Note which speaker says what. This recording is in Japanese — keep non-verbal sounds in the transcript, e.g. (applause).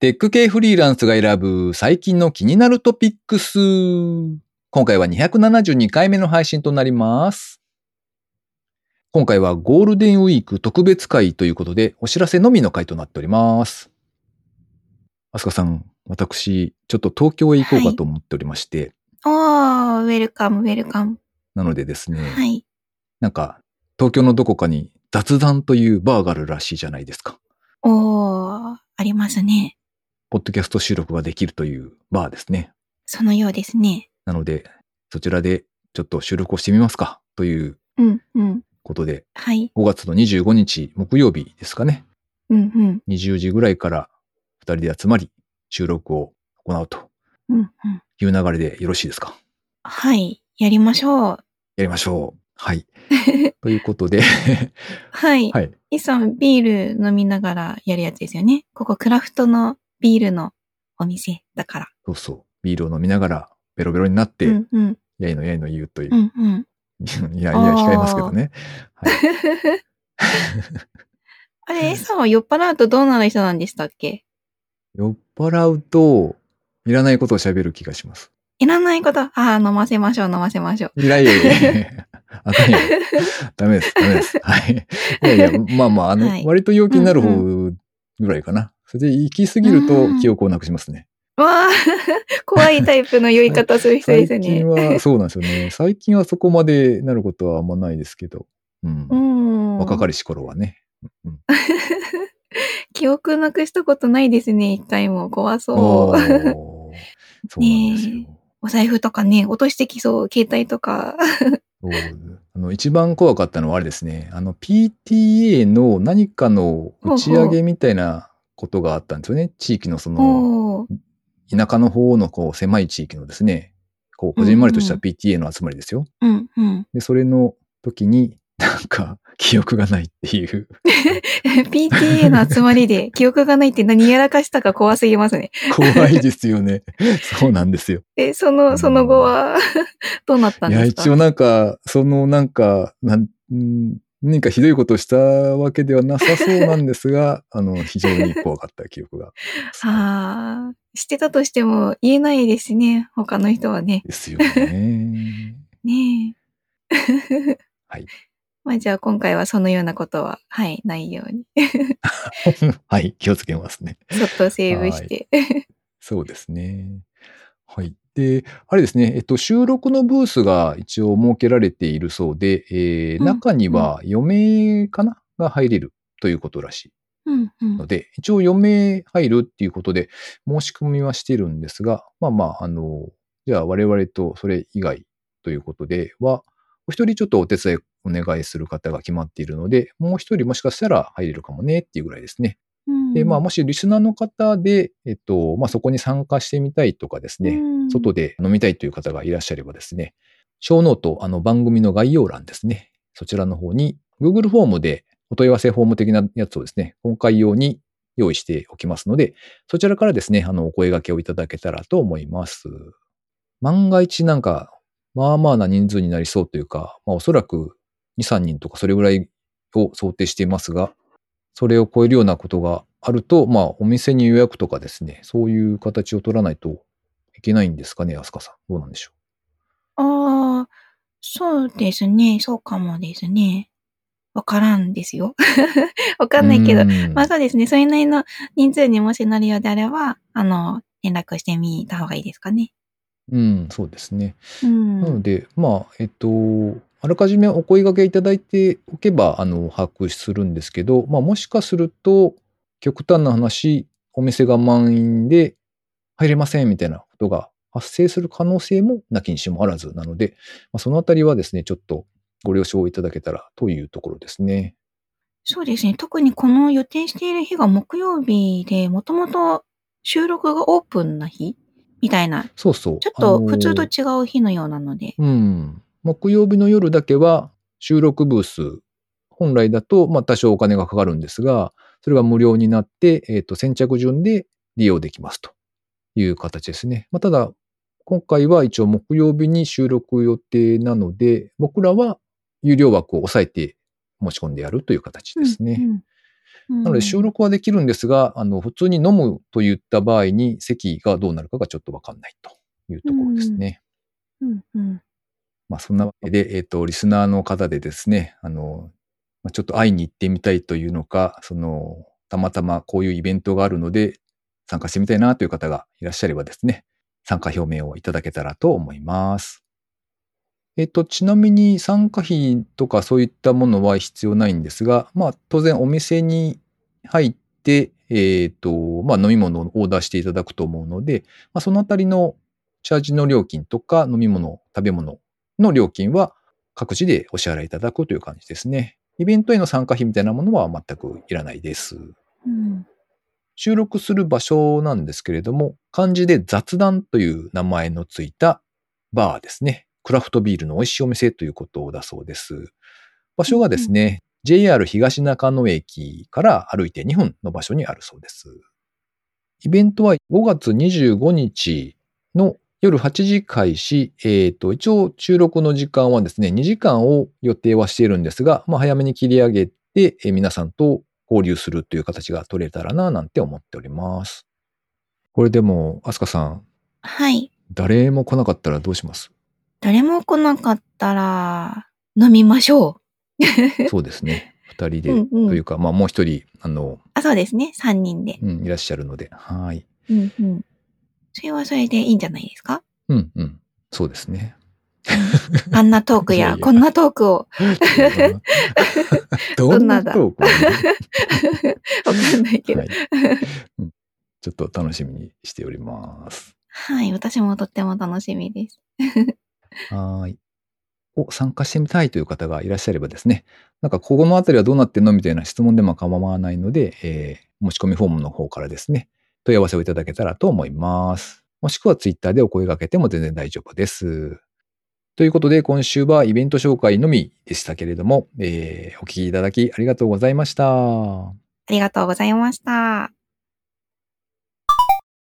Speaker 1: テック系フリーランスが選ぶ最近の気になるトピックス。今回は272回目の配信となります。今回はゴールデンウィーク特別会ということで、お知らせのみの回となっております。アスカさん、私、ちょっと東京へ行こうかと思っておりまして、
Speaker 2: おー、ウェルカム、ウェルカム。
Speaker 1: なのでですね、
Speaker 2: はい。
Speaker 1: なんか、東京のどこかに雑談というバーがあるらしいじゃないですか。
Speaker 2: おー、ありますね。
Speaker 1: ポッドキャスト収録ができるというバーですね。
Speaker 2: そのようですね。
Speaker 1: なので、そちらでちょっと収録をしてみますかという
Speaker 2: うん、うん。
Speaker 1: ことで、
Speaker 2: はい。
Speaker 1: 5月の25日木曜日ですかね、
Speaker 2: うん、うん。
Speaker 1: 20時ぐらいから2人で集まり、収録を行うと
Speaker 2: うん、うん。
Speaker 1: いう流れでよろしいですか
Speaker 2: はい。やりましょう。
Speaker 1: やりましょう。
Speaker 2: (laughs)
Speaker 1: はい。ということで、
Speaker 2: はい。
Speaker 1: はい。
Speaker 2: イさん、ビール飲みながらやるやつですよね。ここ、クラフトのビールのお店だから。
Speaker 1: そうそう。ビールを飲みながら、ベロベロになって、
Speaker 2: うん、うん。
Speaker 1: やいのやいの言うという
Speaker 2: う、ん、うん。
Speaker 1: い (laughs) やいや、控えますけどね。はい、
Speaker 2: あれ、イさんは酔っ払うとどうなる人なんでしたっけ
Speaker 1: 酔っ払うと、いらないことを喋る気がします。
Speaker 2: いらないこと。ああ、飲ませましょう、飲ませましょう。
Speaker 1: いやいやい
Speaker 2: (laughs)
Speaker 1: やあかんよ。ダメです、ダメです。はい。いやいや、まあまあ、あの、
Speaker 2: はい
Speaker 1: 割と陽気になる方ぐらいかな。それで行き過ぎると記憶をなくしますね。
Speaker 2: わあ、 (laughs) 怖いタイプの酔い方する人
Speaker 1: 最
Speaker 2: です
Speaker 1: 近
Speaker 2: ね。
Speaker 1: は、そうなんですよね。最近はそこまでなることはあんまないですけど。うん。
Speaker 2: うん。
Speaker 1: 若かりし頃はね。うん
Speaker 2: 記憶なくしたことないですね、一回も。怖
Speaker 1: おーそ
Speaker 2: そ (laughs) う。
Speaker 1: うなんですよ。
Speaker 2: お財布とかね、落としてきそう、携帯とか。
Speaker 1: そうあの一番怖かったのはあれですね、あの PTA の何かの打ち上げみたいなことがあったんですよね。地域のその
Speaker 2: おー
Speaker 1: 田舎の方のこう狭い地域のですね、こうこじんまりとした PTA の集まりですよ。
Speaker 2: うんうん。 (laughs)
Speaker 1: で、それの時に (laughs) なんか記憶がないっていう、 (laughs)
Speaker 2: PTA の集まりで記憶がないって何やらかしたか怖すぎますね。
Speaker 1: 怖いですよ
Speaker 2: (laughs)
Speaker 1: ね。そうなんですよ。
Speaker 2: で、その、その後は、 (laughs) どうなったん
Speaker 1: い
Speaker 2: で
Speaker 1: や、
Speaker 2: すか
Speaker 1: 一応なんか、そのなんか、なんん何かひどいことをしたわけではなさそうなんですが、 (laughs) あの、非常に怖かった記憶が。
Speaker 2: (laughs) ああ、してたとしても言えないですね、他の人はね。
Speaker 1: ですよね。 (laughs)
Speaker 2: ねえ。
Speaker 1: はい。
Speaker 2: (laughs) まあじゃあ今回はそのようなことは、はい、ないように。
Speaker 1: はい、気をつけますね。
Speaker 2: そっとセーブして。
Speaker 1: そうですね。はい。で、あれですね、えっと、収録のブースが一応設けられているそうで、えー
Speaker 2: うん
Speaker 1: 中には余命かなが入れるということらしい
Speaker 2: (laughs) うんうん
Speaker 1: ので、一応余命入るっていうことで申し込みはしてるんですが、まあまあ、あの、じゃあ我々とそれ以外ということでは、お一人ちょっとお手伝いお願いする方が決まっているので、もう一人もしかしたら入れるかもねっていうぐらいですね。
Speaker 2: うん。
Speaker 1: で、まあ、もしリスナーの方で、えっと、まあ、そこに参加してみたいとかですね、
Speaker 2: うん
Speaker 1: 外で飲みたいという方がいらっしゃればですね、小ノート、あの、番組の概要欄ですね、そちらの方に、Google フォームでお問い合わせフォーム的なやつをですね、今回用に用意しておきますので、そちらからですね、あの、お声掛けをいただけたらと思います。万が一なんか、まあまあな人数になりそうというか、まあおそらく2、3人とかそれぐらいを想定していますが、それを超えるようなことがあると、まあお店に予約とかですね、そういう形を取らないといけないんですかね、アスカさん。どうなんでしょ
Speaker 2: ああ、そうですね。そうかもですね。わからんですよ。 (laughs) わ
Speaker 1: う。
Speaker 2: かんないけど
Speaker 1: う。ーん
Speaker 2: まあそうですね。それなりの人数にもしなるようであれば、あの、連絡してみた方がいいですかね。
Speaker 1: うん、そうですね。
Speaker 2: うん。
Speaker 1: なので、まあ、えっと、あらかじめお声掛けいただいておけば、あの、把握するんですけど、まあ、もしかすると、極端な話、お店が満員で入れませんみたいなことが発生する可能性もなきにしもあらずなので、まあ、そのあたりはですね、ちょっとご了承いただけたらというところですね。
Speaker 2: そうですね。特にこの予定している日が木曜日で、もともと収録がオープンな日みたいな、
Speaker 1: そうそう。
Speaker 2: ちょっと
Speaker 1: あの
Speaker 2: 普通と違う日のようなので。
Speaker 1: うん。木曜日の夜だけは収録ブース、本来だと、まあ、多少お金がかかるんですが、それが無料になって、えっ、と、先着順で利用できますという形ですね。まあ、ただ、今回は一応木曜日に収録予定なので、僕らは有料枠を抑えて申し込んでやるという形ですね。
Speaker 2: うんな
Speaker 1: なので収録はできるんですが、あの、普通に飲むといった場合に席がどうなるかがちょっとわかんないというところですね。
Speaker 2: うんうん。
Speaker 1: まあそんなわけで、えっ、と、リスナーの方でですね、あの、まあちょっと会いに行ってみたいというのか、その、たまたまこういうイベントがあるので参加してみたいなという方がいらっしゃればですね、参加表明をいただけたらと思います。えっと、ちなみに参加費とかそういったものは必要ないんですが、まあ当然お店に入って、えっと、まあ飲み物をオーダーしていただくと思うので、まあそのあたりのチャージの料金とか飲み物、食べ物の料金は各自でお支払いいただくという感じですね。イベントへの参加費みたいなものは全くいらないです。
Speaker 2: うん。
Speaker 1: 収録する場所なんですけれども、漢字で雑談という名前のついたバーですね。クラフトビールの美味しいお店ということだそうです。場所がですね、JR 東中野駅から歩いて2分の場所にあるそうです。イベントは5月25日の夜8時開始、えっ、と、一応収録の時間はですね、2時間を予定はしているんですが、まあ早めに切り上げて、えー皆さんと交流するという形が取れたらな、なんて思っております。これでも、アスカさん、
Speaker 2: はい。
Speaker 1: 誰も来なかったらどうします
Speaker 2: 誰も来なかったら、飲みましょ
Speaker 1: そうですね。二人
Speaker 2: う。
Speaker 1: で、
Speaker 2: うんうん。
Speaker 1: というか、まあもう一人、あの、
Speaker 2: あ、そうですね。3人で。
Speaker 1: うん、いらっしゃるので、はい。
Speaker 2: うんうん。それはそれでいいんじゃないで
Speaker 1: (laughs)
Speaker 2: すか
Speaker 1: うん、うん。そうです
Speaker 2: (laughs)
Speaker 1: ね。
Speaker 2: あんなトーク
Speaker 1: いや
Speaker 2: や
Speaker 1: い、や
Speaker 2: こんなトークを、
Speaker 1: どん
Speaker 2: んな
Speaker 1: な
Speaker 2: だ
Speaker 1: トークを
Speaker 2: (laughs)
Speaker 1: ね
Speaker 2: わかんないけど
Speaker 1: は。いうんちょっと楽しみにしております。
Speaker 2: はい。私もとっても楽しみです。
Speaker 1: はーい。を参加してみたいという方がいらっしゃればですね、なんかここのあたりはどうなってんのみたいな質問でも構わないので、えー申し込みフォームの方からですね、問い合わせをいただけたらと思います。もしくはツイッターでお声掛けても全然大丈夫です。ということで、今週はイベント紹介のみでしたけれども、えーお聞きいただきありがとうございました。
Speaker 2: ありがとうございました。